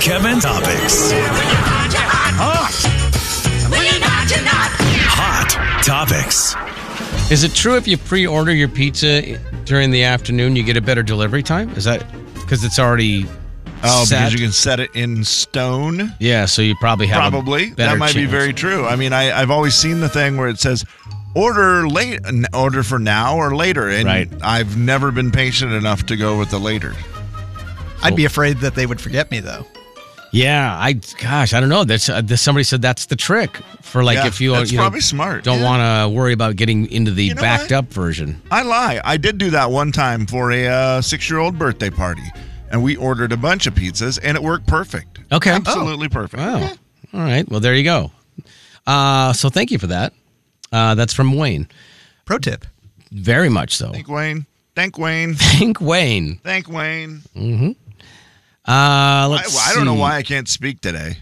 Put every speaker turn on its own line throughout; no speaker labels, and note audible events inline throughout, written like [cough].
Kevin Topics. Hot Topics.
Is it true if you pre-order your pizza during the afternoon, you get a better delivery time? Is that because it's already?
Oh,
set?
because you can set it in stone.
Yeah, so you probably have a
Probably
better
that might be
chance.
very true. I mean, I, I've always seen the thing where it says order late, n- order for now or later, and
Right.
I've never been patient enough to go with the later.
I'd be afraid that they would forget me though.
Yeah, I gosh, I don't know. That's uh, this, somebody said that's the trick for like
Yeah,
if you, uh,
that's
you know,
probably smart.
don't
Yeah.
want to worry about getting into the
You know
backed
what?
up version.
I lie. I did do that one time for a uh, six-year-old birthday party, and we ordered a bunch of pizzas, and it worked perfect.
Okay. Oh.
absolutely perfect.
Wow. All right. Well, there you go. Uh, so thank you for that. Uh, that's from Wayne.
Pro tip.
Very much so.
Thank Wayne. Thank Wayne.
Thank Wayne.
Thank Wayne.
Uh,
I,
let's
I don't know
see.
why I can't speak today.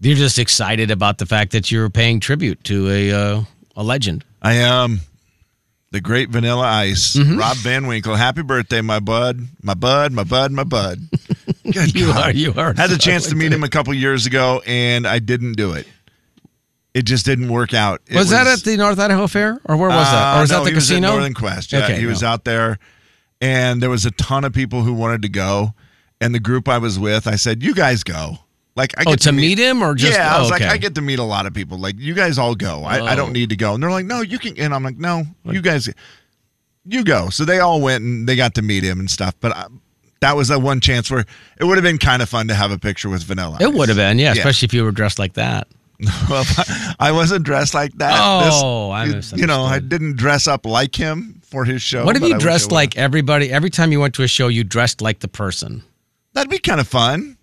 You're just excited about the fact that you're paying tribute to a uh, a
[laughs]
legend.
I am the great Vanilla Ice,
Mm-hmm.
Rob Van Winkle. Happy birthday, my bud, my bud, my bud, my bud.
[laughs]
Good
You
God.
are. You are. [laughs]
Had the chance to meet him a couple years ago, and I didn't do it. It just didn't work out. It
Was, that at the North Idaho Fair, or where was that,
Uh,
or is
no,
that the
he was at
casino?
Northern Quest. Yeah,
Okay,
he was
no.
out there, and there was a ton of people who wanted to go. And the group I was with, I said, "You guys go." Like I
Oh,
get
to meet him or just?
yeah, I
oh,
was
okay.
like, I get to meet a lot of people. Like, you guys all go. I, I
Oh.
don't need to go. And they're like, no, you can. And I'm like, no, you guys, you go. So they all went and they got to meet him and stuff. But I, that was that one chance where it would have been kind of fun to have a picture with Vanilla.
It would have been, yeah,
Yeah.
especially if you were dressed like that.
[laughs] Well, if I I wasn't dressed like that.
Oh, I
you know, I
misunderstood.
didn't dress up like him for his show.
what if
Oh, but I
you
wish I
dressed
would've.
like everybody? Every time you went to a show, you dressed like the person.
That'd be kind of fun.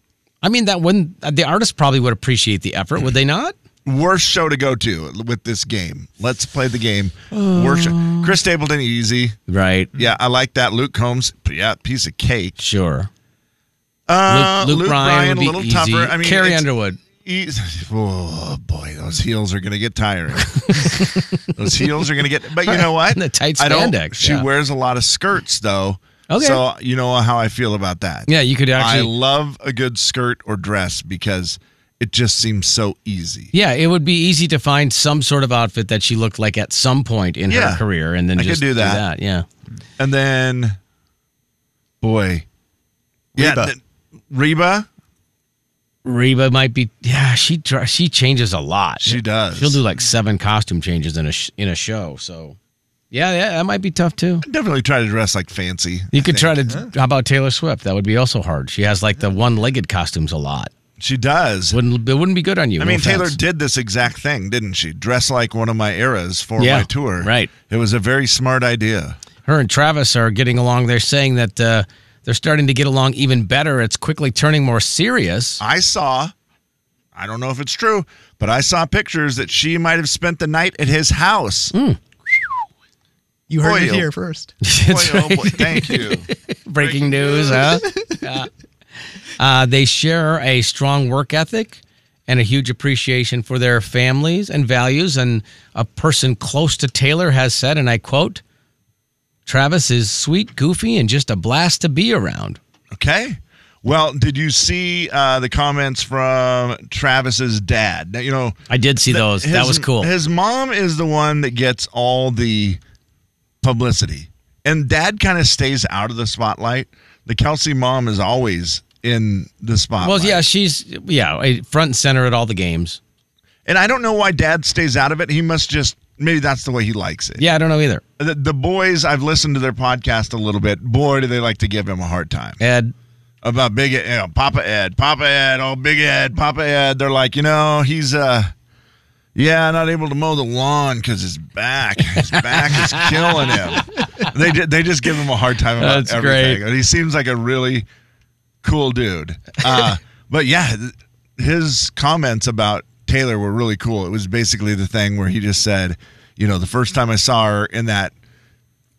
I mean, that wouldn't. The artist probably would appreciate the effort, would they not?
Worst show to go to with this game. Let's play the game. Worst show. Chris Stapleton, easy.
Right.
Yeah, I like that. Luke Combs, yeah, piece of cake.
Sure.
Uh,
Luke, Luke Bryan,
Bryan,
would be
a little
easy.
tougher. I mean,
Carrie
it's
Underwood.
eas- [laughs] oh boy, those heels are gonna
[laughs]
get tiring. those heels are gonna get. But you know what?
And the tight
I don't-
spandex,
She
yeah.
wears a lot of skirts though.
Okay.
So you know how I feel about that.
Yeah, you could
I
actually.
love a good skirt or dress because it just seems so easy.
yeah, it would be easy to find some sort of outfit that she looked like at some point in
Yeah.
her career, and then
I could
just
do that.
Yeah.
And then, boy, yeah,
Reba.
th- Reba.
Reba might be. Yeah, she dr- she changes a lot.
She does.
She'll do like seven costume changes in a sh- in a show. So, yeah, yeah, that might be tough too.
Definitely try to dress like fancy.
You
I
could
think.
try to. How about Taylor Swift? That would be also hard. She has like the one-legged costumes a lot.
She does.
Wouldn't it wouldn't be good on you?
I mean,
no
Taylor
offense.
did this exact thing, didn't she? Dress like one of my eras for
Yeah,
my tour.
right.
It was a very smart idea.
her and Travis are getting along. They're saying that uh, they're starting to get along even better. It's quickly turning more serious. [laughs]
I saw, I don't know if it's true, but I saw pictures that she might have spent the night at his house.
Mm.
oh
You heard it
Oil.
here first.
Boy, oh boy, thank you.
Breaking news, [laughs] huh? Yeah. Uh, they share a strong work ethic and a huge appreciation for their families and values. And a person close to Taylor has said, and I quote, Travis is sweet, goofy, and just a blast to be around.
Okay. Well, did you see uh, the comments from Travis's dad? Now, you know,
I did see those. that
his-
was cool.
His mom is the one that gets all the publicity, and dad kind of stays out of the spotlight. The Kelsey mom is always in the spotlight.
well, yeah, she's, yeah, eh, front and center at all the games.
and I don't know why dad stays out of it. He must just maybe that's the way he likes it.
Yeah, I don't know either.
The, the boys, I've listened to their podcast a little bit. Boy, do they like to give him a hard time
Ed,
about Big Ed, you know, Papa Ed, Papa Ed, oh Big Ed, Papa Ed. They're like, you know, he's uh, yeah, not able to mow the lawn because his back, his back is
[laughs]
killing him. They ju- they just give him a hard time about
That's
everything.
great.
And He seems like a really cool dude.
[laughs]
Uh, but yeah, th- his comments about Taylor were really cool. It was basically the thing where he just said, you know, the first time I saw her in that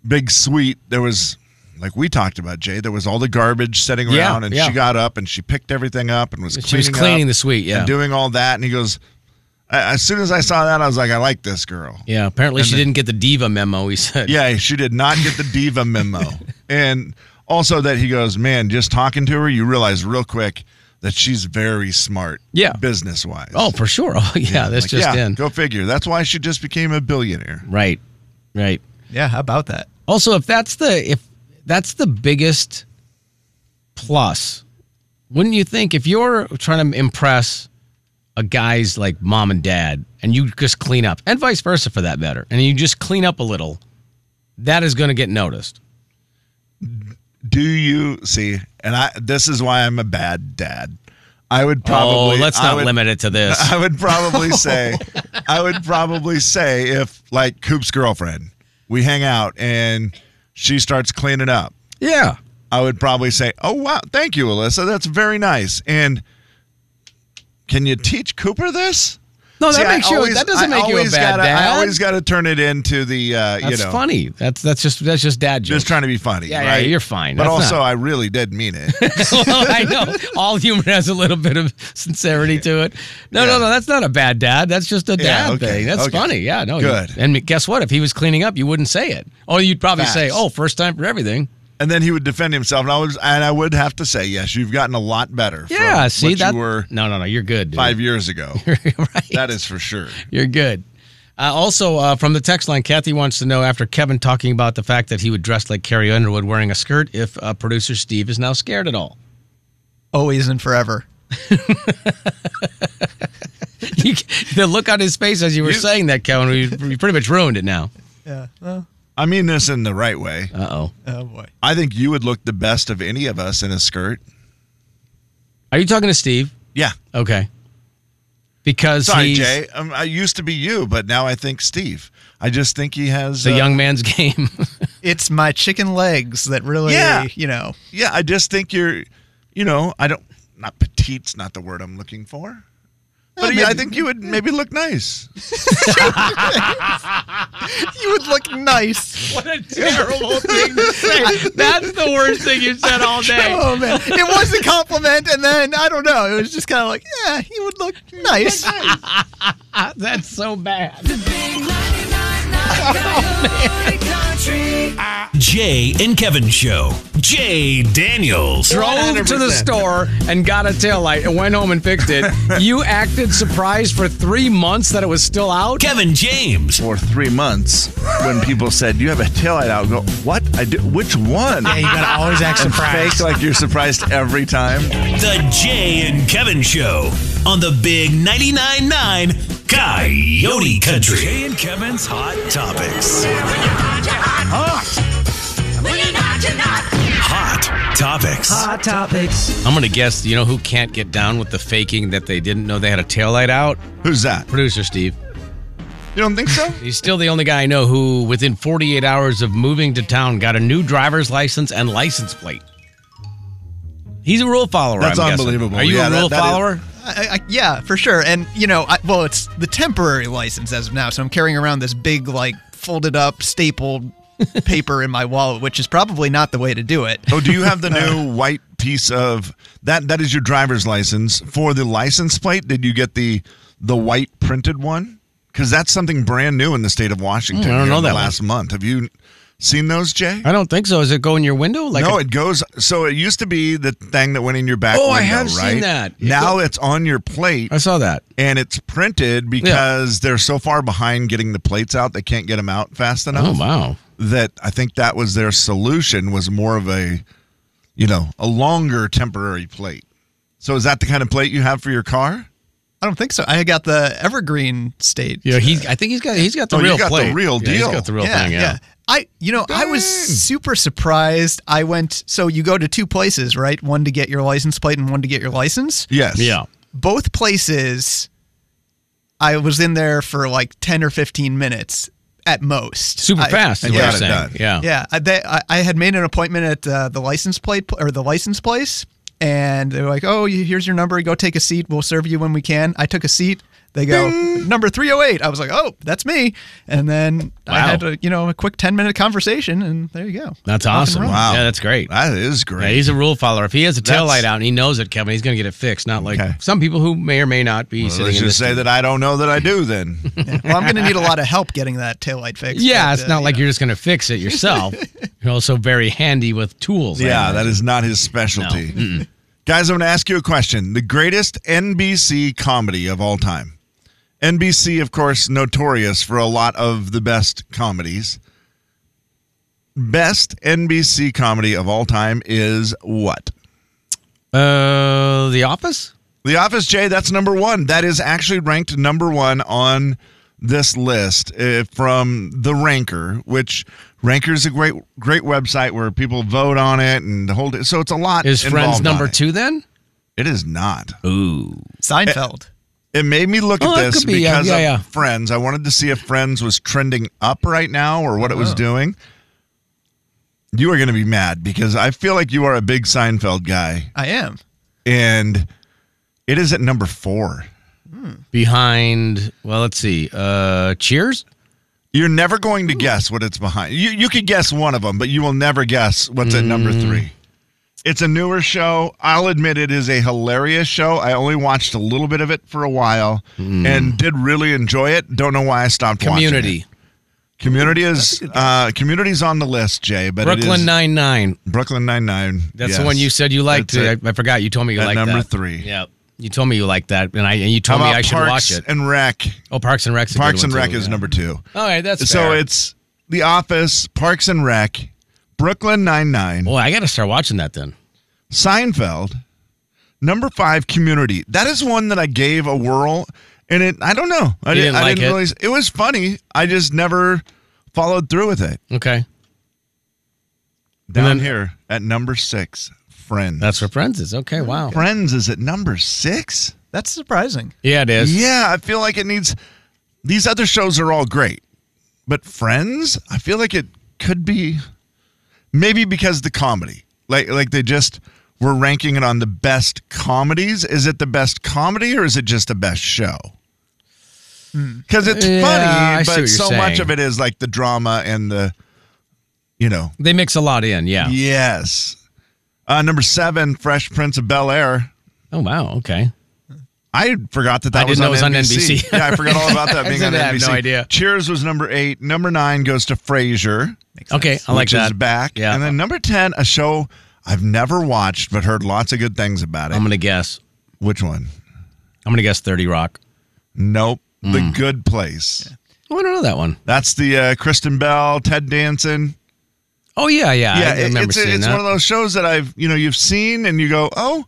big suite, there was like we talked about, Jay, there was all the garbage sitting
Yeah,
around and
yeah.
she got up and she picked everything up and was cleaning
she was cleaning
up
the suite. Yeah.
and doing all that. And he goes, I- as soon as I saw that, I was like, I like this girl.
Yeah, apparently
And
she
then-
didn't get the diva memo. He said,
Yeah, she did not get the
[laughs]
diva memo. and also that he goes, man, just talking to her, you realize real quick that she's very smart.
Yeah.
Business wise.
Oh, for sure. [laughs] Oh, yeah, that's just in.
Go figure. That's why she just became a billionaire.
Right, right.
Yeah, how about that?
Also, if that's the if that's the biggest plus, wouldn't you think if you're trying to impress a guy's like mom and dad, and you just clean up, and vice versa for that matter, and you just clean up a little, that is going to get noticed.
Do you see? And I. This is why I'm a bad dad. I would probably.
oh, let's
I
not
would- [laughs]
limit it to this.
I
[laughs]
would probably say, I would probably say if like Coop's girlfriend, we hang out and she starts cleaning up,
yeah,
I would probably say, "Oh wow, thank you, Alyssa. That's very nice." And can you teach Cooper this?
no, Oh, that
See, I
makes you.
always-
that doesn't
I
make you a
always
bad
gotta,
dad.
I always got to turn it into the uh, you
that's
know
funny. That's that's just that's just dad jokes.
just trying to be funny.
Yeah, yeah,
right?
you're fine.
But
That's
also,
not-
I really did mean it.
[laughs] well, I know all humor has a little bit of sincerity to it. No, no,
Yeah.
no, that's not a bad dad. That's just a
Yeah,
dad
okay,
thing. That's
okay.
funny. Yeah, no, you-
Good.
and guess what? If he was cleaning up, you wouldn't say it. Oh, you'd probably say,
Facts.
"Oh, first time for everything."
and then he would defend himself, and I was, and I would have to say, yes, you've gotten a lot better.
Yeah,
from
see
what
that?
you were
no, no, no, you're good. Dude.
five years ago.
[laughs] right.
that is for sure.
You're good. Uh, also, uh, from the text line, Kathy wants to know after Kevin talking about the fact that he would dress like Carrie Underwood wearing a skirt, if uh, producer Steve is now scared at all. [laughs]
Always and forever.
You- the look on his face as you were saying that, Kevin, we, we pretty much ruined it now.
Yeah. Well,
I mean this in the right way.
Uh oh.
oh boy.
I think you would look the best of any of us in a skirt.
Are you talking to Steve?
Yeah.
Okay. Because
Sorry,
he's
Jay. Um, I used to be you, but now I think Steve. I just think he has
the
uh,
young man's [laughs] game.
It's my chicken legs that really,
Yeah.
you know.
Yeah, I just think you're. You know, I don't. Not petite's not the word I'm looking for. But yeah, I think you would maybe look nice.
You would look [laughs] nice.
what a terrible thing to say. That's the worst thing you said all day.
Oh man, it was a compliment, and then I don't know. It was just kind of like, yeah, he would look [laughs] nice.
[laughs] That's so bad.
The big 999 country.
Jay and Kevin Show. Jay Daniels.
Drove to the
100%.
store and got a taillight and went home and fixed [laughs] it. You acted surprised for three months that it was still out?
Kevin James.
For three months, when people said you have a taillight out, go what? I do? Which one?
you gotta always act
And fake like you're surprised every time.
The Jay and Kevin Show on the Big 99.9 9 Coyote Country. Jay and Kevin's Hot Topics. Hot Topics.
I'm going to guess, you know who can't get down with the faking that they didn't know they had a taillight out?
Who's that?
Producer Steve.
You don't think so?
He's still the only guy I know who, within 48 hours of moving to town, got a new driver's license and license plate. He's a rule follower.
That's
I'm guessing.
unbelievable.
Are you
Yeah,
a
that-
rule
that is-
follower?
I, I, yeah, for sure. And you know, I, well, it's the temporary license as of now, so I'm carrying around this big, like, folded up, [laughs] stapled paper in my wallet, which is probably not the way to do it.
Oh, do you [laughs] have the new white piece of that? That is your driver's license for the license plate. Did you get the the white printed one? Because that's something brand new in the state of Washington.
Hmm, I don't
here
know
in the
that one.
last month. Have you seen those, Jay?
I don't think so. Is it go in your window? Like
no,
a-
it goes. So it used to be the thing that went in your back.
Oh, I
window,
have seen
right?
that. It
Now
go-
it's on your plate,
I saw that.
and it's printed because they're so far behind getting the plates out, they can't get them out fast enough
Oh wow.
that I think that was their solution was more of a, you know, a longer temporary plate. So is that the kind of plate you have for your car?
I don't think so. I got the evergreen state.
Yeah, he. I think he's got. He's got the
Oh, you
real.
got the
plate.
real
Yeah, he's
deal.
got the real
yeah,
thing. Yeah.
yeah. I, you know, I was
Dang.
super surprised. I went, so you go to two places, right? One to get your license plate and one to get your license.
Yes.
Yeah.
both places I was in there for like 10 or 15 minutes at most.
Super
I-
fast. Is
And
what
got
you're
it
saying.
done.
Yeah.
Yeah, I, they, I, I had made an appointment at uh, the license plate pl- or the license place and they were like, "Oh, you- here's your number. Go take a seat. We'll serve you when we can." I took a seat. They go, "Number 308." I was like, "Oh, that's me." And then I
Wow.
had a, you know, a quick 10-minute conversation and there you go.
That's
Off and
awesome.
running.
Wow.
Yeah, that's great.
That is
Yeah,
great.
he's a rule follower. If he has a tail
That's-
light out and he knows it, Kevin, he's going to get it fixed. Not like
Okay.
some people who may or may not be
Well,
sitting
let's
in this
just say that I don't know that I
[laughs]
do then.
Well, I'm going to need a lot of help getting that taillight fixed.
Yeah,
but,
it's
uh,
not
you
like
know.
you're just going to fix it
[laughs]
yourself. you're also very handy with tools. I
yeah,
imagine.
that is not his specialty. Guys, I'm going to ask you a question. The greatest NBC comedy of all time. NBC, of course, notorious for a lot of the best comedies. Best NBC comedy of all time is what?
Uh, The Office.
The Office, Jay, that's number one. That is actually ranked number one on this list uh, from The Ranker, which Ranker is a great, great website where people vote on it and hold it. So it's a lot.
Is Friends
involved on
number
it.
two then?
It is not.
Ooh.
Seinfeld.
It made me look
Oh,
at
that
this
could be, yeah,
because
yeah,
of
yeah.
Friends. I wanted to see if Friends was trending up right now or what it
Oh.
was doing. You are going to be mad because I feel like you are a big Seinfeld guy,
I am.
and it is at number four.
Behind, well, let's see. Uh, Cheers?
You're never going to guess what it's behind. You you could guess one of them, but you will never guess what's at
Mm.
number three. It's a newer show. I'll admit it is a hilarious show. I only watched a little bit of it for a while and did really enjoy it. Don't know why I stopped watching. it.
Mm. Community.
Community is uh, community's on the list, Jay. But it
Brooklyn
is-
Nine-Nine.
Brooklyn Nine Nine.
That's the one you said you liked. I,
That's
I forgot. You told me you
At
liked
number
that.
three.
Yeah. You told me you liked that, and I and you
How
told me
about
I should
Parks
watch it.
and Rec?
Oh, Parks and Rec's a good
Parks
one,
and Rec
too,
is
yeah.
number two.
All right, that's
So
fair.
it's The Office, Parks and Rec, Brooklyn Nine Nine,
Boy, I got to start watching that then.
Seinfeld, number five, Community. That is one that I gave a whirl, and it. I don't know. I
You
didn't,
didn't
I
like
didn't
it?
realize it was funny. I just never followed through with it.
Okay,
Down
then-
here at number six, Friends.
that's what Friends is. Okay, wow.
Friends is at number six.
That's surprising.
Yeah, it is.
Yeah, I feel like it needs. These other shows are all great, but Friends, I feel like it could be, maybe because the comedy, like like they just were ranking it on the best comedies. Is it the best comedy or is it just the best show? Because it's
Hmm. Yeah, I
funny,
see what
but
you're
so much
saying.
of it is like the drama and the, you know,
They mix a lot in. Yeah.
yes. Uh, number seven, Fresh Prince of Bel Air.
Oh wow. Okay.
I forgot that that
I
was,
didn't
on
know it was on
NBC.
NBC.
[laughs] yeah, I forgot all about
[laughs]
that being on
I have
NBC.
no idea.
Cheers was number eight. Number nine goes to Frasier,
Okay, I like
which is
that.
back.
Yeah.
And then number ten, a show I've never watched but heard lots of good things about it.
I'm gonna guess.
Which one?
I'm gonna guess Thirty Rock.
Nope. The
Mm.
Good Place.
Oh, I don't know that one.
That's the uh, Kristen Bell, Ted Danson.
Oh yeah, yeah.
Yeah,
I remember
it's,
seeing
it's
that.
one of those shows that I've you know you've seen and you go, oh,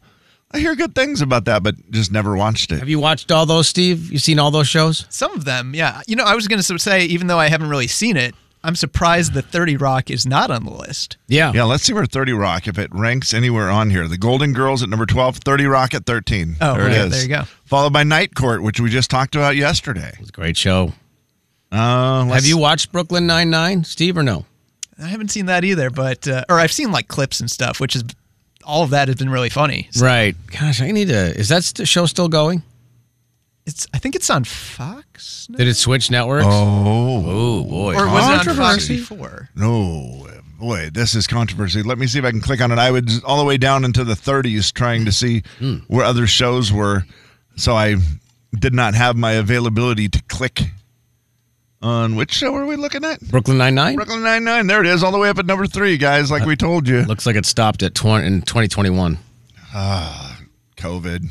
I hear good things about that, but just never watched it.
Have you watched all those, Steve? You seen all those shows?
Some of them, yeah. You know, I was going to say, even though I haven't really seen it, I'm surprised that 30 Rock is not on the list.
Yeah.
Yeah, let's see where 30 Rock, if it ranks anywhere on here. The Golden Girls at number 12, 30 Rock at 13.
Oh,
there
okay,
it is.
there you go.
Followed by Night Court, which we just talked about yesterday.
It's a great show.
Uh, let's-
Have you watched Brooklyn Nine Nine, Steve, or no?
I haven't seen that either, but, uh, or I've seen like clips and stuff, which is all of that has been really funny. So
Right. Gosh, I need to. Is that st- show still going?
It's, I think it's on Fox now?
Did it switch networks?
Oh,
Oh, boy.
or was it on Fox
Controversy.
before?
no. Boy, this is controversy. Let me see if I can click on it. I was all the way down into the 30s trying to see
Hmm.
where other shows were. So I did not have my availability to click on which show are we looking at?
Brooklyn Nine Nine?
Brooklyn Nine-Nine. There it is, all the way up at number three, guys,
Uh,
like we told you.
Looks like it stopped at 20, in [laughs] 2021.
COVID.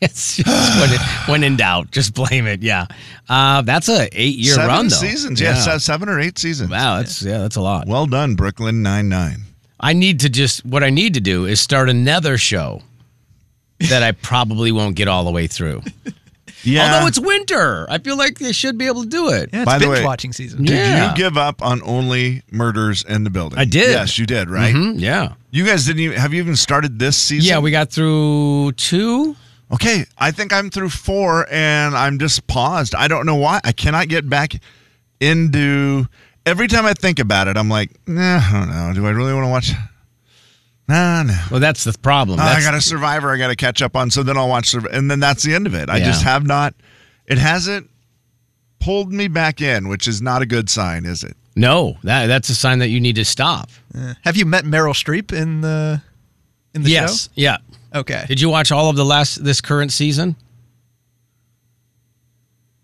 It's [laughs] just when, it, when in doubt, just blame it. Yeah. Uh, that's a eight year
seven
run, though.
seasons. Yeah, se- seven or eight seasons.
Wow, that's yeah, that's a lot.
Well done, Brooklyn Nine Nine.
I need to just what I need to do is start another show that I probably won't get all the way through.
[laughs] Yeah.
Although it's winter, I feel like they should be able to do it.
Yeah, it's
By the
binge
way,
watching season.
Yeah.
did you give up on only murders in the building?
I did.
Yes, you did. Right.
Mhm, yeah.
You guys didn't even have you even started this season?
Yeah, we got through two.
okay, I think I'm through four, and I'm just paused. I don't know why. I cannot get back into. Every time I think about it, I'm like, nah, I don't know. Do I really want to watch? Nah, no.
Well, that's the problem.
Oh, I
That's-
got a Survivor I got to catch up on, so then I'll watch Survivor. And then that's the end of it. I
Yeah.
just have not, it hasn't pulled me back in, which is not a good sign, is it?
no, that that's a sign that you need to stop.
Uh, have you met Meryl Streep in the in the
yes.
show?
Yeah.
Okay.
Did you watch all of the last this current season?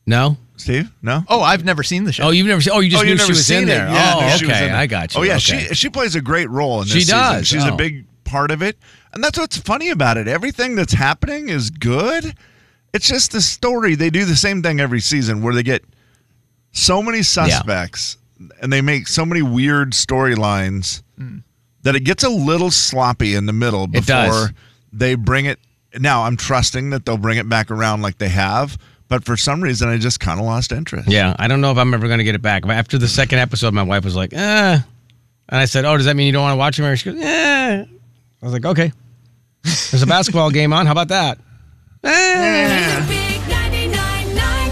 No.
Steve? No?
oh, I've never seen the show.
Oh, you've never seen. Oh, you just
Oh,
knew
you've
she was in
seen it.
there.
Yeah,
oh,
no,
okay.
she was in it.
I got you.
Oh, yeah.
Okay.
She she plays a great role in this
She
season.
does.
She's a
Oh.
big part of it. And that's what's funny about it. Everything that's happening is good. It's just the story. They do the same thing every season where they get so many suspects and they make so many weird storylines that it gets a little sloppy in the middle
Mm. It does.
before they bring it. Now, I'm trusting that they'll bring it back around like they have, but for some reason, I just kind of lost interest.
Yeah, I don't know if I'm ever going to get it back. But after the second episode, my wife was like, "Eh," and I said, "Oh, does that mean you don't want to watch it?" anymore?" She goes, "Eh." I was like, "Okay." There's a basketball game on. How about that? Eh.
The big 99.9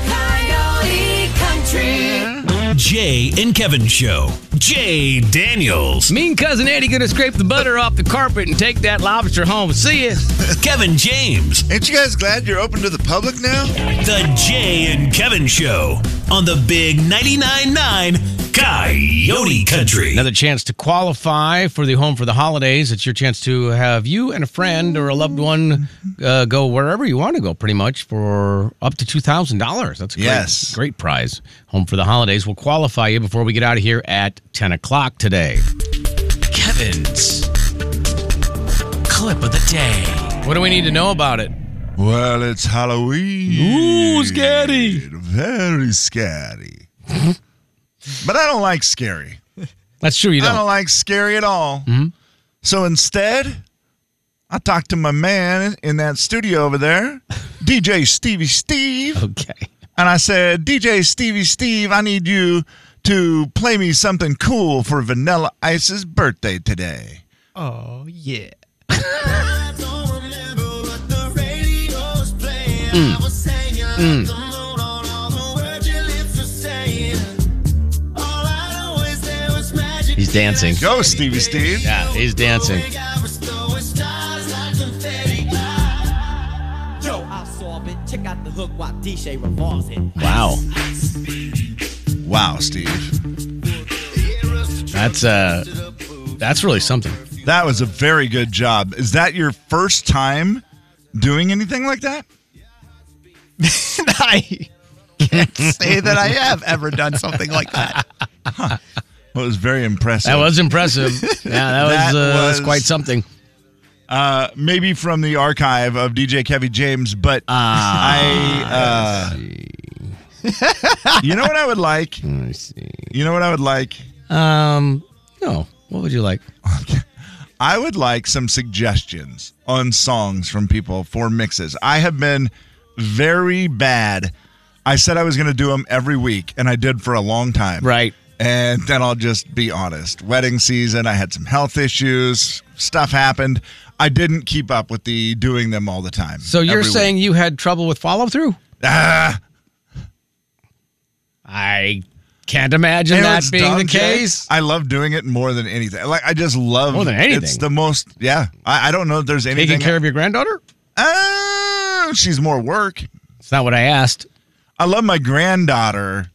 Coyote Country.
Jay and Kevin Show. Jay Daniels.
Mean cousin Eddie gonna scrape the butter off the carpet and take that lobster home. See ya.
Kevin James.
Ain't you guys glad you're open to the public now?
The Jay and Kevin Show on the Big 99.9 Coyote Country.
Another chance to qualify for the home for the holidays. It's your chance to have you and a friend or a loved one uh, go wherever you want to go, pretty much for up to two thousand dollars. That's a great,
Yes.
great prize. Home for the holidays will qualify you before we get out of here at ten o'clock today.
Kevin's clip of the day.
What do we need to know about it?
Well, it's Halloween.
Ooh, scary.
Very scary. but I don't like scary.
That's true. You
I don't
don't.
like scary at all.
Mm-hmm.
So instead, I talked to my man in that studio over there, DJ Stevie
[laughs]
Steve.
Okay.
And I said, DJ Stevie Steve, I need you to play me something cool for Vanilla Ice's birthday today.
Oh yeah.
He's dancing.
Go, Stevie Steve.
Yeah, he's dancing.
Yo, I saw it. Check out the hook while DJ revolves it.
Wow.
Wow, Steve.
That's uh, that's really something.
That was a very good job. Is that your first time doing anything like that?
I can't [laughs] say that I have ever done something like
[laughs]
that.
Well, it was very impressive.
That was impressive. [laughs] Yeah, that was,
That
uh, that was
was-
quite something.
uh, maybe from the archive of DJ Kevin James, but
Ah,
I. Uh, you know what I would
[laughs]
like?
Let me see.
You know what I would like?
Um, no. What would you like?
I would like some suggestions on songs from people for mixes. I have been very bad. I said I was going to do them every week, and I did for a long time.
Right.
And then I'll just be honest. Wedding season, I had some health issues, stuff happened. I didn't keep up with the doing them all the time.
So you're
every week.
saying you had trouble with follow through?
Ah,
I can't imagine
you know,
that
it's
being
dumb,
the
Jay.
case.
I love doing it more than anything. Like I just love
More than
It's
anything.
the most. Yeah, I, I don't know if there's anything.
Taking care of your granddaughter?
Ah, she's more work.
It's not what I asked.
I love my granddaughter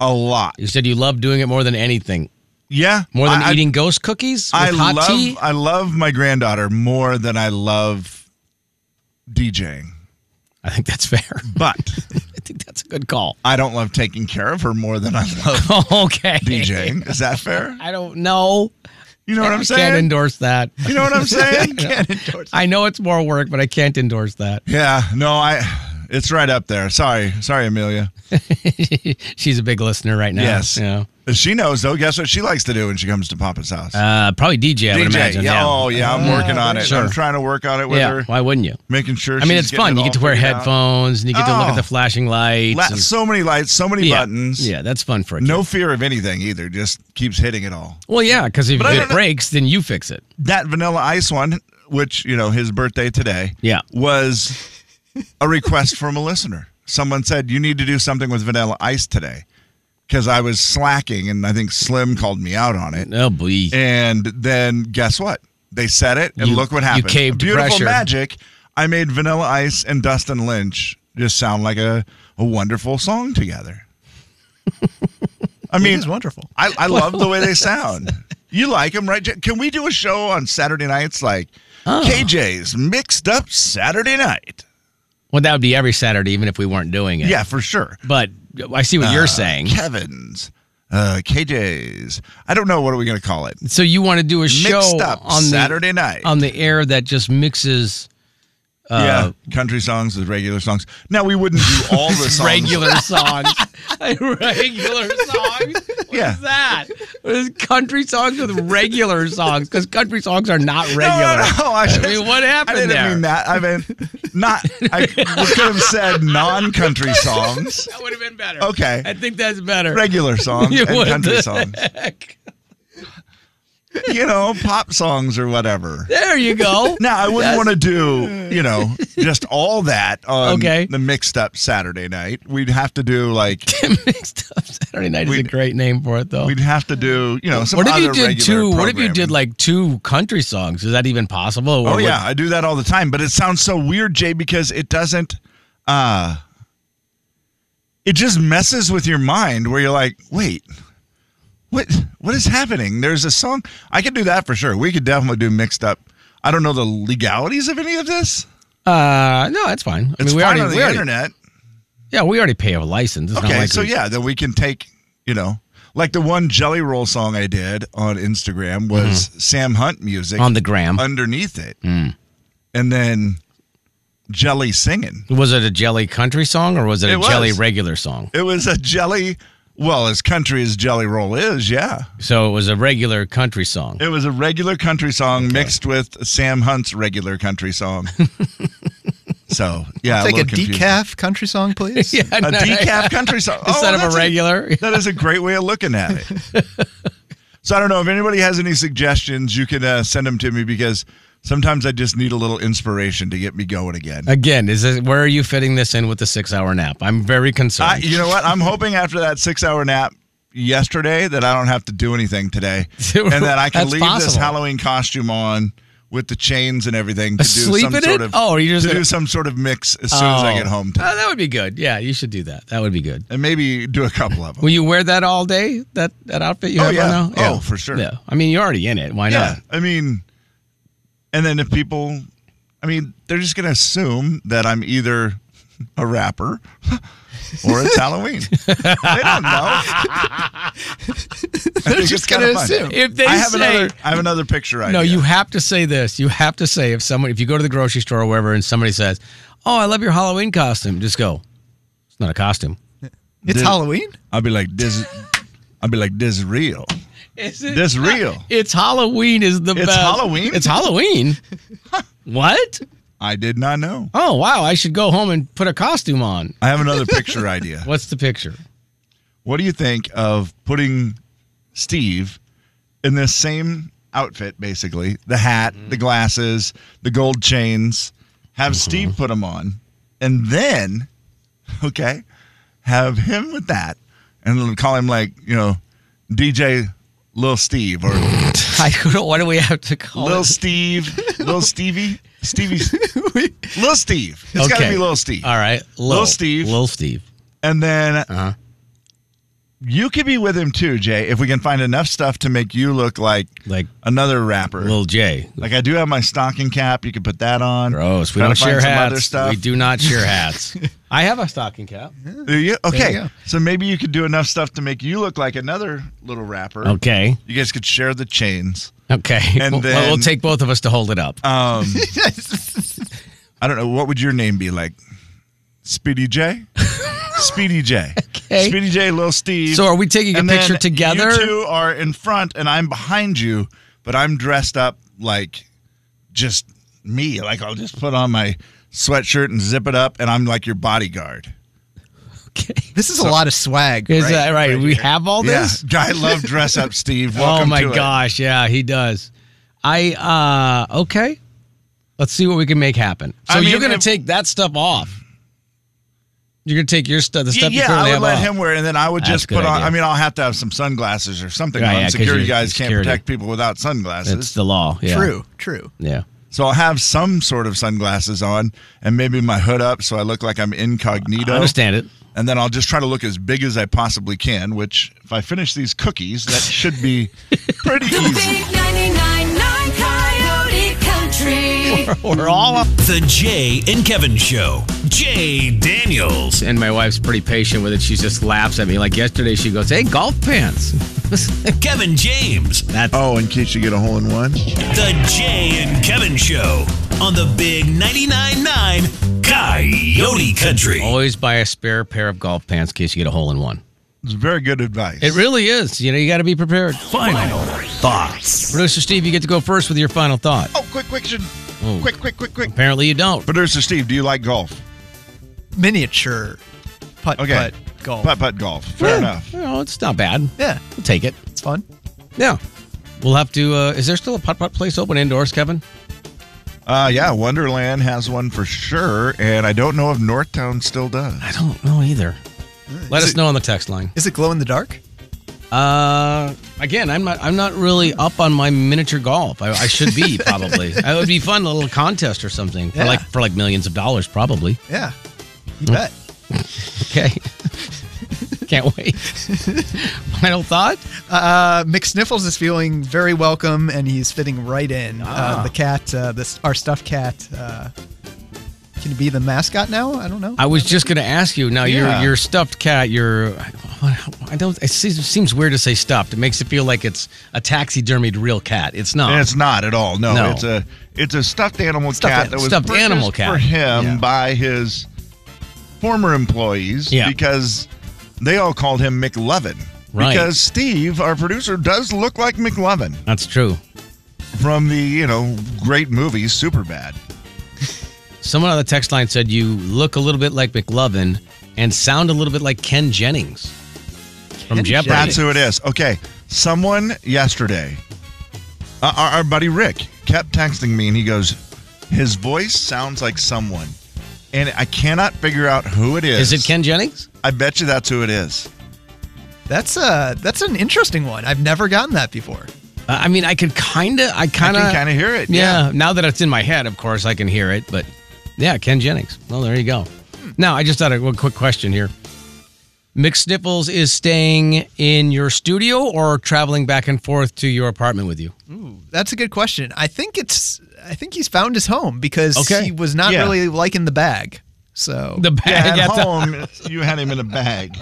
a lot.
You said you love doing it more than anything,
Yeah,
more than
I- I-
eating ghost cookies with
I
hot
love
tea.
I love my granddaughter more than I love DJing,
I think that's fair. [laughs]
but
I think that's a good call.
I don't love taking care of her more than
[laughs]
I love
okay.
DJing. Is that fair?
I don't know.
Oh, You know what
I
I'm
can't
saying?
endorse that.
You know
[laughs]
what I'm saying?
I know it's more work, but I can't endorse that. [laughs]
Yeah, no, I. It's right up there. Sorry, sorry, Amelia.
She's a big listener right now.
Yes.
Yeah.
She knows though. Guess what she likes to do when she comes to Papa's house?
Uh, probably DJ, I would imagine.
yeah,
Yeah. Uh,
Oh yeah, I'm working on it.
sure.
I'm trying to work on it with
yeah.
her,
Why wouldn't you?
making sure.
I mean,
she's
it's
getting
fun.
it
You
all
get to wear
figured out.
headphones and you get to look at
Oh.
the flashing lights.
La-
and-
so many lights, so many
yeah.
buttons.
Yeah, that's fun for a kid.
No fear of anything either. Just keeps hitting it all.
Well, yeah, because if
But I don't
it
know-
breaks, then you fix it.
That Vanilla Ice one, which you know his birthday today.
Yeah.
Was a request from a listener. Someone said you need to do something with Vanilla Ice today because I was slacking, and I think Slim called me out on it.
Oh, boy.
And then guess what? They said it, and
You-
look what
you
happened.
caved to
Beautiful
pressure.
magic. I made Vanilla Ice and Dustin Lynch just sound like a, a wonderful song together. [laughs] I
I mean,
mean,
it's wonderful.
I, I love the way they sound. You like them, right? J- Can we do a show on Saturday nights like
Uh-huh.
KJ's Mixed Up Saturday Night?
Well, that would be every Saturday, even if we weren't doing it.
Yeah, for sure.
But I see what you're saying.
Kevin's uh, KJ's. I don't know what are we gonna call it.
So you want to do a show
up
on
Saturday
the,
night.
on the air that just mixes uh,
yeah, country songs with regular songs. Now we wouldn't do
[laughs]
all the songs. [laughs]
regular songs, regular songs. [laughs] What is
Yeah.
that? What is country songs with regular songs? Because country songs are not regular.
No, no, no. I, just,
mean, what happened
I didn't
there?
mean that. I mean, not. I could have said non-country
[laughs]
songs,
That would have been better.
Okay.
I think that's better.
regular songs,
[laughs] You-
and
what
country
[laughs] the
songs.
heck?
You know, pop songs or whatever.
There you
[laughs]
go.
Now I wouldn't want to do, you know, just all that on
Okay.
the mixed up Saturday night. We'd have to do like
[laughs] mixed up Saturday night is a
We'd-
great name for it, though.
we'd have to do, you know, some
What if
other
you did
regular
two? What if you did
programming.
like two country songs? Is that even possible? Or
Oh
would-
yeah, I do that all the time, but it sounds so weird, Jay, because it doesn't uh it just messes with your mind where you're like, "Wait. What what is happening? There's a song. I could do that for sure. We could definitely do mixed up. I don't know the legalities of any of this.
Uh, no, that's fine. I
It's
mean, we
fine
already,
on the
we already-
internet.
yeah, we already pay a license. It's not
Okay,
like
so
we-
yeah, then we can take, you know, like the one Jelly Roll song I did on Instagram was Sam Hunt music
Mm-hmm. on the Mm. gram.
underneath it. And then Jelly singing.
was it a Jelly country song or was it a
It was.
Jelly regular song?
It was a Jelly, well, as country as Jelly Roll is, yeah.
So it was a regular country song.
It was a regular country song mixed with Sam Hunt's regular
[laughs]
country song. so, yeah.
Take a
little confusing.
decaf country song,
[laughs]
please.
yeah,
A decaf country song. Oh,
instead of
that's
a regular.
[laughs] that is a great way of looking at
[laughs]
it. so I don't know if anybody has any suggestions. You can uh, send them to me because sometimes I just need a little inspiration to get me going again.
Again, is this, where are you fitting this in with the six-hour nap? I'm very
I,
concerned.
you know what? I'm hoping after that six-hour nap yesterday that I don't have to do anything today, and that I
[laughs]
can
That's
leave this
possible.
Halloween costume on with the chains and everything to
Asleep
do some
in
sort
it?
of
Oh, you're just
to
gonna-
do some sort of mix as soon as I
Oh.
get home, today.
Oh, that would be good. Yeah, you should do that. That would be good.
and maybe do a couple of them.
Will you wear that all day? That that outfit you
Oh,
have
yeah.
on now?
Oh, for sure.
Yeah. I mean, you're already in it. Why
Yeah.
not?
I mean, and then if people, I mean, they're just going to assume that I'm either a rapper [laughs] or it's Halloween. they don't know.
They're just
kinda
gonna
fun.
assume.
If they
I have
say
another. I have another picture idea.
No, you have to say this. You have to say if someone if you go to the grocery store or wherever and somebody says, "Oh, I love your Halloween costume." Just go. It's not a costume.
It's
Dude.
Halloween.
I'll be like this. I'll be like this is real.
Is it?
This real.
It's Halloween is the
It's
best.
Halloween?
It's
[laughs]
Halloween. what?
I did not know.
Oh, wow. I should go home and put a costume on.
I have another picture idea.
What's the picture?
What do you think of putting Steve in this same outfit, basically the hat, the glasses, the gold chains? Have Steve put them on, and then, [laughs] okay, have him with that, and call him like you know, DJ Lil Steve or
[laughs] I don't, what do we have to call
Lil
it?
Steve, Lil Stevie, Stevie, Lil Steve. It's got to
Okay.
be Lil Steve.
All right. Lil,
Lil Steve.
Lil Steve.
And then
Uh-huh.
you could be with him too, Jay, if we can find enough stuff to make you look like
Like
another rapper.
Lil J.
like I do have my stocking cap. You could put that on.
Gross. We
Try to
don't
find
share
some
hats.
Other stuff.
We do not
[laughs]
share hats. I have a stocking cap.
Do you? Okay.
you go.
so maybe you could do enough stuff to make you look like another little rapper.
Okay.
You guys could share the chains.
Okay.
And
Well,
then-
we'll take both of us to hold it up. [laughs]
Um, I don't know. What would your name be like?
[laughs]
Speedy J? Speedy J.
Okay.
Speedy J, Lil Steve.
so are we taking a
Uh, And
picture
then
together?
You two are in front, and I'm behind you, but I'm dressed up like just me. Like I'll just put on my sweatshirt and zip it up, and I'm like your bodyguard.
[laughs] Okay.
This is a lot of swag.
Is
right?
that right? we have all
Yeah, [laughs]
this?
guy love dress up,
[laughs]
Steve.
Oh
Welcome
my
to it.
gosh, yeah, he does. I uh okay. Let's see what we can make happen. So
I mean,
you're gonna
if-
take that stuff off. You're gonna take your stuff, the
Y-
stuff you
Yeah,
currently
I would
have
let
off.
him wear, it, and then I would
That's
just
a good
put on.
idea.
I mean, I'll have to have some sunglasses or something.
Yeah,
on.
yeah, 'cause
security
you're-
guys can't
security.
protect people without sunglasses.
It's the law. Yeah.
True. True.
Yeah.
So I'll have some sort of sunglasses on, and maybe my hood up, so I look like I'm incognito.
I understand it.
and then I'll just try to look as big as I possibly can. Which, if I finish these
[laughs]
cookies, that should be pretty easy.
Big 99.9 Coyote Country. country.
We're all up.
The Jay and Kevin Show. Jay Daniels.
And my wife's pretty patient with it. She just laughs at me. Like yesterday, she goes, "Hey, golf pants." [laughs]
Kevin James.
That's
Oh, in case you get a hole in one.
The Jay and Kevin Show on the Big 99.9 9 Coyote Country.
always buy a spare pair of golf pants in case you get a hole in one.
It's very good advice.
It really is. You know, you got to be prepared.
Final thoughts.
Producer Steve, you get to go first with your final thought.
Oh, quick, quick, should- quick, quick, quick, quick.
Apparently, you don't.
Producer Steve, do you like golf?
Miniature putt
Okay.
putt golf.
Putt putt golf. Fair
Oh. Yeah.
enough.
No, it's not bad.
Yeah,
We'll take it.
it's fun.
Yeah. We'll have to. Uh, is there still a putt putt place open indoors, Kevin?
Uh, yeah, Wonderland has one for sure, and I don't know if Northtown still does.
I don't know either. Let
Is
us
it-
know on the text line.
Is it glow in the dark?
Uh, again, I'm not. I'm not really up on my miniature golf. I, I should be probably. It would be fun, a little contest or something for
Yeah.
like for like millions of dollars, probably.
Yeah, you
Mm.
bet.
Okay. [laughs] Can't wait. Final thought.
Uh, McSniffles is feeling very welcome, and he's fitting right in.
Ah.
Uh, the cat, uh, this our stuffed cat, uh, can be the mascot now. I don't know.
I was just going to ask you. Now
Yeah.
your your stuffed cat. Your I don't. It seems, it seems weird to say stuffed. It makes it feel like it's a taxidermied real cat. It's not.
And it's not at all. No,
No.
it's a it's a stuffed animal
Stuffed
cat
an-
that was
stuffed animal
purchased
cat.
for him
Yeah.
by his former employees
Yeah.
because they all called him McLovin.
Right.
Because Steve, our producer, does look like McLovin
That's true.
from the you know great movie Superbad.
Someone on the text line said you look a little bit like McLovin and sound a little bit like Ken Jennings from Jeopardy.
That's who it is. Okay. Someone yesterday, uh, our, our buddy Rick kept texting me and he goes, His voice sounds like someone. And I cannot figure out who it is.
Is it Ken Jennings?
I bet you that's who it is.
That's uh that's an interesting one. I've never gotten that before.
Uh, I mean, I could kind of, I kind
I
of,
can kind of hear it.
yeah, Now that it's in my head, of course, I can hear it. But yeah, Ken Jennings. Well, there you go. Now, I just had a one quick question here. McSniffles is staying in your studio or traveling back and forth to your apartment with you?
That's a good question. I think it's I think he's found his home because
Okay.
he was not
Yeah.
really liking the bag. So
[laughs] The
Yeah,
bag
at
at the-
home, you had him in a
[laughs]
bag.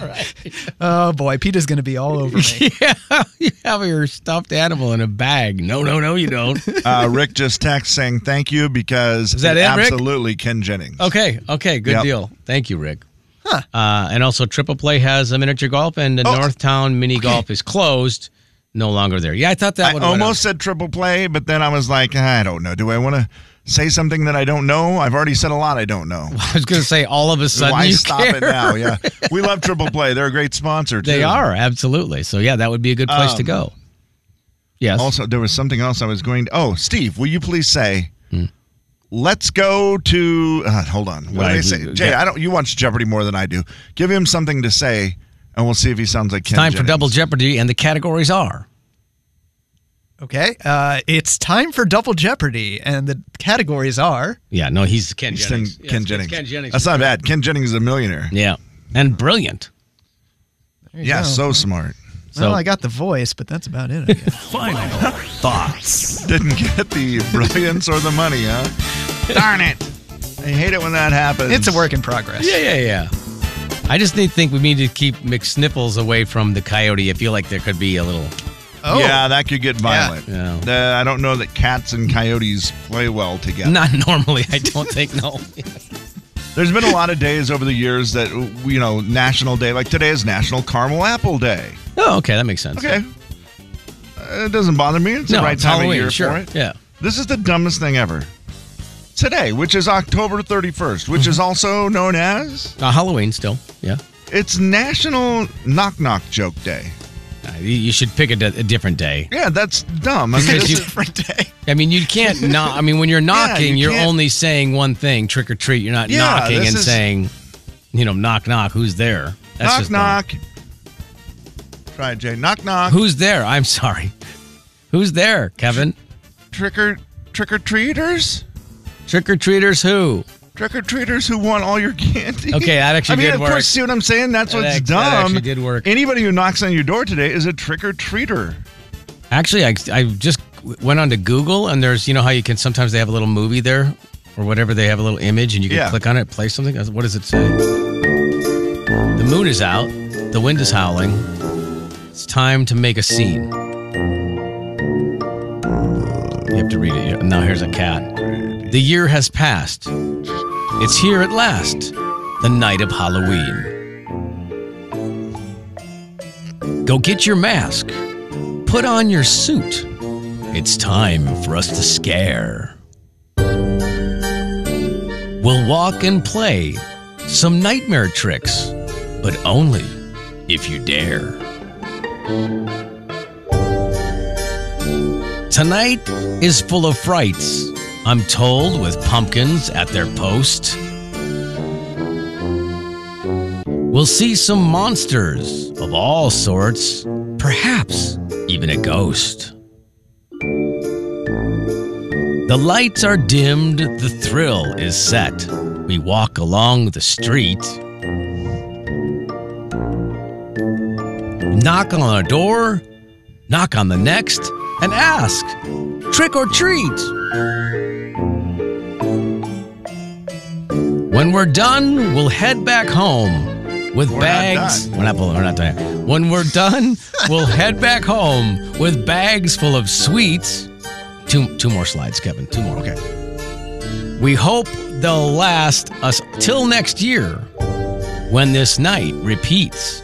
oh boy, Peta's gonna be all over me.
yeah, [laughs] you have your stuffed animal in a bag. No, no, no, you [laughs] don't.
Uh, Rick just texted saying thank you because
Is that it, Rick?
absolutely Ken Jennings.
Okay, okay, good
Yep.
deal. Thank you, Rick. Huh. Oh. Uh, and also, Triple Play has a miniature golf, and the Northtown mini golf is closed, no longer there. Yeah, I thought that
I
one
almost said triple play, but then I was like, I don't know. Do I want to say something that I don't know? I've already said a lot I don't
[laughs]
know.
I was going to say all of a sudden.
Why
you
stop
care.
it now? Yeah, we love Triple Play. They're a great sponsor. Too.
[laughs] They are absolutely. So yeah, that would be a good place to
Um,
go. Yes.
Also, there was something else I was going. to... Oh, Steve, will you please say?
Hmm.
Let's go to. Uh, hold on. What
Right,
did I say?
yeah.
Jay, I don't. You watch Jeopardy more than I do. Give him something to say, and we'll see if he sounds like Ken.
Time for
Jennings.
double jeopardy, and the categories are
Okay. Uh it's time for double jeopardy and the categories are
yeah. No, he's Ken
He's saying
Jennings. Yes,
Ken
it's
Jennings.
Ken Jennings.
That's not bad. Ken Jennings is a millionaire.
yeah, and brilliant.
Yeah, so smart.
So
Oh, well, I got the voice, but that's
[laughs]
about it. I guess.
Final thoughts.
Didn't get the brilliance or the money, huh? Darn it! I hate it when that happens.
it's a work in progress.
yeah, yeah, yeah. I just need think we need to keep McSniffles away from the coyote. I feel like there could be a little
Oh
Yeah, that could get violent.
Yeah.
The- I don't know that cats and coyotes play well together.
Not [laughs] normally, I don't think.
[laughs]
No.
There's been a lot of days over the years that, you know, National Day, like today is National Caramel Apple Day.
oh, okay, that makes sense.
Okay. Uh, it doesn't bother me. It's
no,
the right
it's
time
Halloween,
of year
sure.
for it.
Yeah.
This is the dumbest thing ever. Today, which is October 31st, which
Mm-hmm.
is also known as
Uh, Halloween still. Yeah.
it's National Knock Knock Joke Day.
Uh, you, you should pick a, di- a different day.
Yeah, that's dumb. I mean,
Because
it's
you-
a-
Different [laughs] day.
I mean, you
[laughs]
can't knock. I mean, when you're knocking,
you
you are
can't-
only saying one thing: trick or treat. You're not
Yeah,
knocking
this
and
is-
saying, you know, knock knock. Who's there? That's
knock
just dumb.
knock. Try it, Jay. Knock knock.
Who's there? I'm [laughs] sorry. Who's there, Kevin?
Trick or trick or treaters.
Trick or treaters? Who?
Trick or treaters who want all your [laughs] candy.
Okay, that actually
I mean,
did
of
work.
course, see what I'm saying? That's
That
what's
act-
dumb.
that actually did work.
Anybody who knocks on your door today is a trick or treater.
Actually, I, I just went onto Google and there's, you know, how you can sometimes they have a little movie there or whatever. They have a little image and you can
Yeah.
click on it, play something. I was- What does it say? The moon is out, the wind is howling. It's time to make a scene. You have to read it. Yeah, Now here's a cat. The year has passed. It's here at last, the night of Halloween. Go get your mask. Put on your suit. It's time for us to scare. We'll walk and play some nightmare tricks, but only if you dare. Tonight is full of frights, I'm told, with pumpkins at their post. We'll see some monsters of all sorts, perhaps even a ghost. The lights are dimmed, the thrill is set. We walk along the street. Knock on a door, knock on the next, and ask trick or treat. When we're done, we'll head back home with
We're not
bags.
done.
we're not we're not done. When we're done,
[laughs]
we'll head back home with bags full of sweets. Two two more slides, Kevin. Two more. Okay. We hope they'll last us till next year when this night repeats.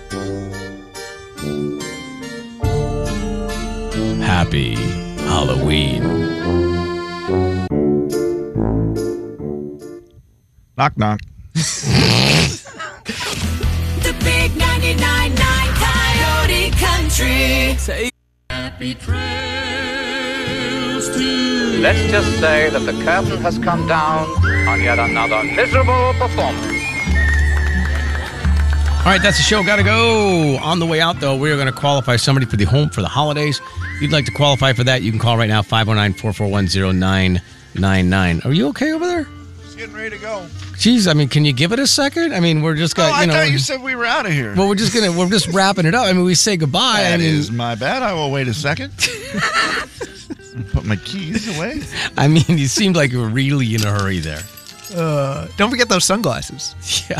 Happy Halloween.
Knock knock.
The big 99.9 Coyote Country. Happy trails to
Let's just say that the curtain has come down on yet another miserable performance.
All right, that's the show. Gotta go. On the way out, though, we are going to qualify somebody for the home for the holidays. If you'd like to qualify for that, you can call right now 509 441 999. Are you okay over there?
Just getting ready to go.
Jeez, I mean, can you give it a second? I mean, we're just
No,
got
Oh, I
you know.
thought you said we were out of here.
Well, we're just gonna we're just wrapping it up. I mean, we say goodbye. I
That
mean,
is my bad. I will wait a
[laughs]
second. Put my keys away.
I mean, you seemed like you were really in a hurry there. [laughs]
Uh, don't forget those sunglasses.
Yeah,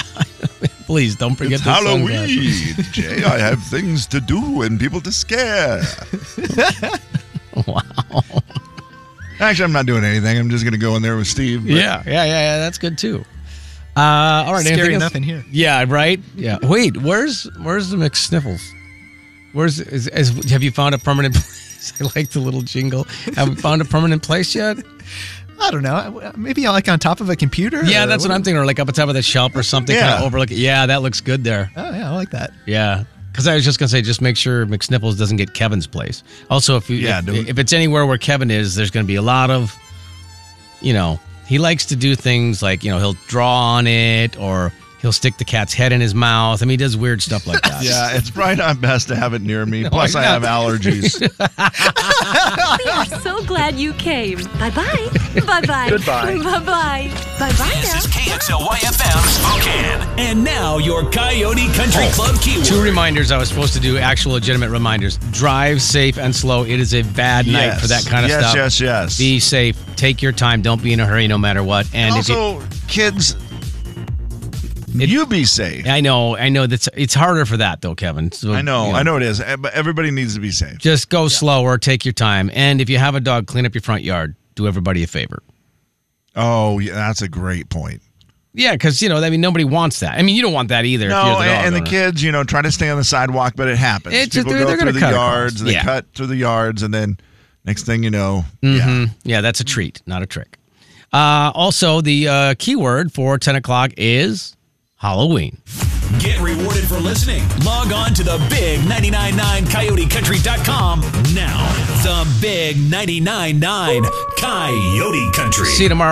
please don't forget
It's
the
Halloween,
sunglasses.
Jay. I have things to do and people to scare.
[laughs] Wow.
Actually, I'm not doing anything. I'm just going to go in there with Steve. but-
Yeah, yeah, yeah, yeah. That's good too. Uh, all right.
Scary
anything else?
enough in here.
Yeah. Right. Yeah. Wait. Where's Where's the McSniffles? Where's is, is Have you found a permanent [laughs] place? I like the little jingle. Have we found a permanent place yet?
I don't know. Maybe like on top of a
[laughs]
computer.
Yeah,
or
that's Uh, what I'm thinking. Or like up on top of the shelf or something. Kind
Yeah.
of overlook. it. Yeah, that looks good there.
Oh yeah, I like that.
Yeah. Because I was just gonna say, just make sure McSniffles doesn't get Kevin's place. Also, if you,
Yeah,
if,
don't-
if it's anywhere where Kevin is, there's gonna be a lot of, you know, he likes to do things like you know he'll draw on it or he'll stick the cat's head in his mouth. I mean, he does weird stuff like that.
[laughs] Yeah, it's probably not best to have it near
[laughs]
me. Plus, I have allergies.
We are so glad you came. Bye bye. Bye bye.
Goodbye.
Bye bye. Bye bye
This
now.
is KXLY FM Spokane. And now your Coyote Country Club keyword.
Two reminders I was supposed to do, actual legitimate reminders. Drive safe and slow. It is [laughs] a bad night for
Yes.
that kind of
yes,
stuff.
Yes, yes,
Be safe. Take your time. Don't be in a hurry no matter what. And if you-
also, kids, you be safe.
I know, I know that's it's harder for that though, Kevin. So,
I know,
you
I know it is, eh, but everybody needs to be safe.
Just go slower, take your time, and if you have a dog, clean up your front yard. Do everybody a favor.
Oh, yeah, that's a great point.
Yeah, because you know, I mean, nobody wants that. I mean, you don't want that either. if
No,
you're the dog
and, and the
owner.
kids, you know, try to stay on the sidewalk, but it happens.
It's just-
People
they're-
go
they're
through
gonna
the
cut across.
yards, they
Yeah.
cut through the yards, and then next thing you know, yeah.
Mhm. Yeah, that's a treat, not a trick. Uh, also, the uh, keyword for ten o'clock is Halloween.
Get rewarded for listening. Log on to the big 999 coyotecountry.com now. The big 999 Coyote Country.
See you tomorrow.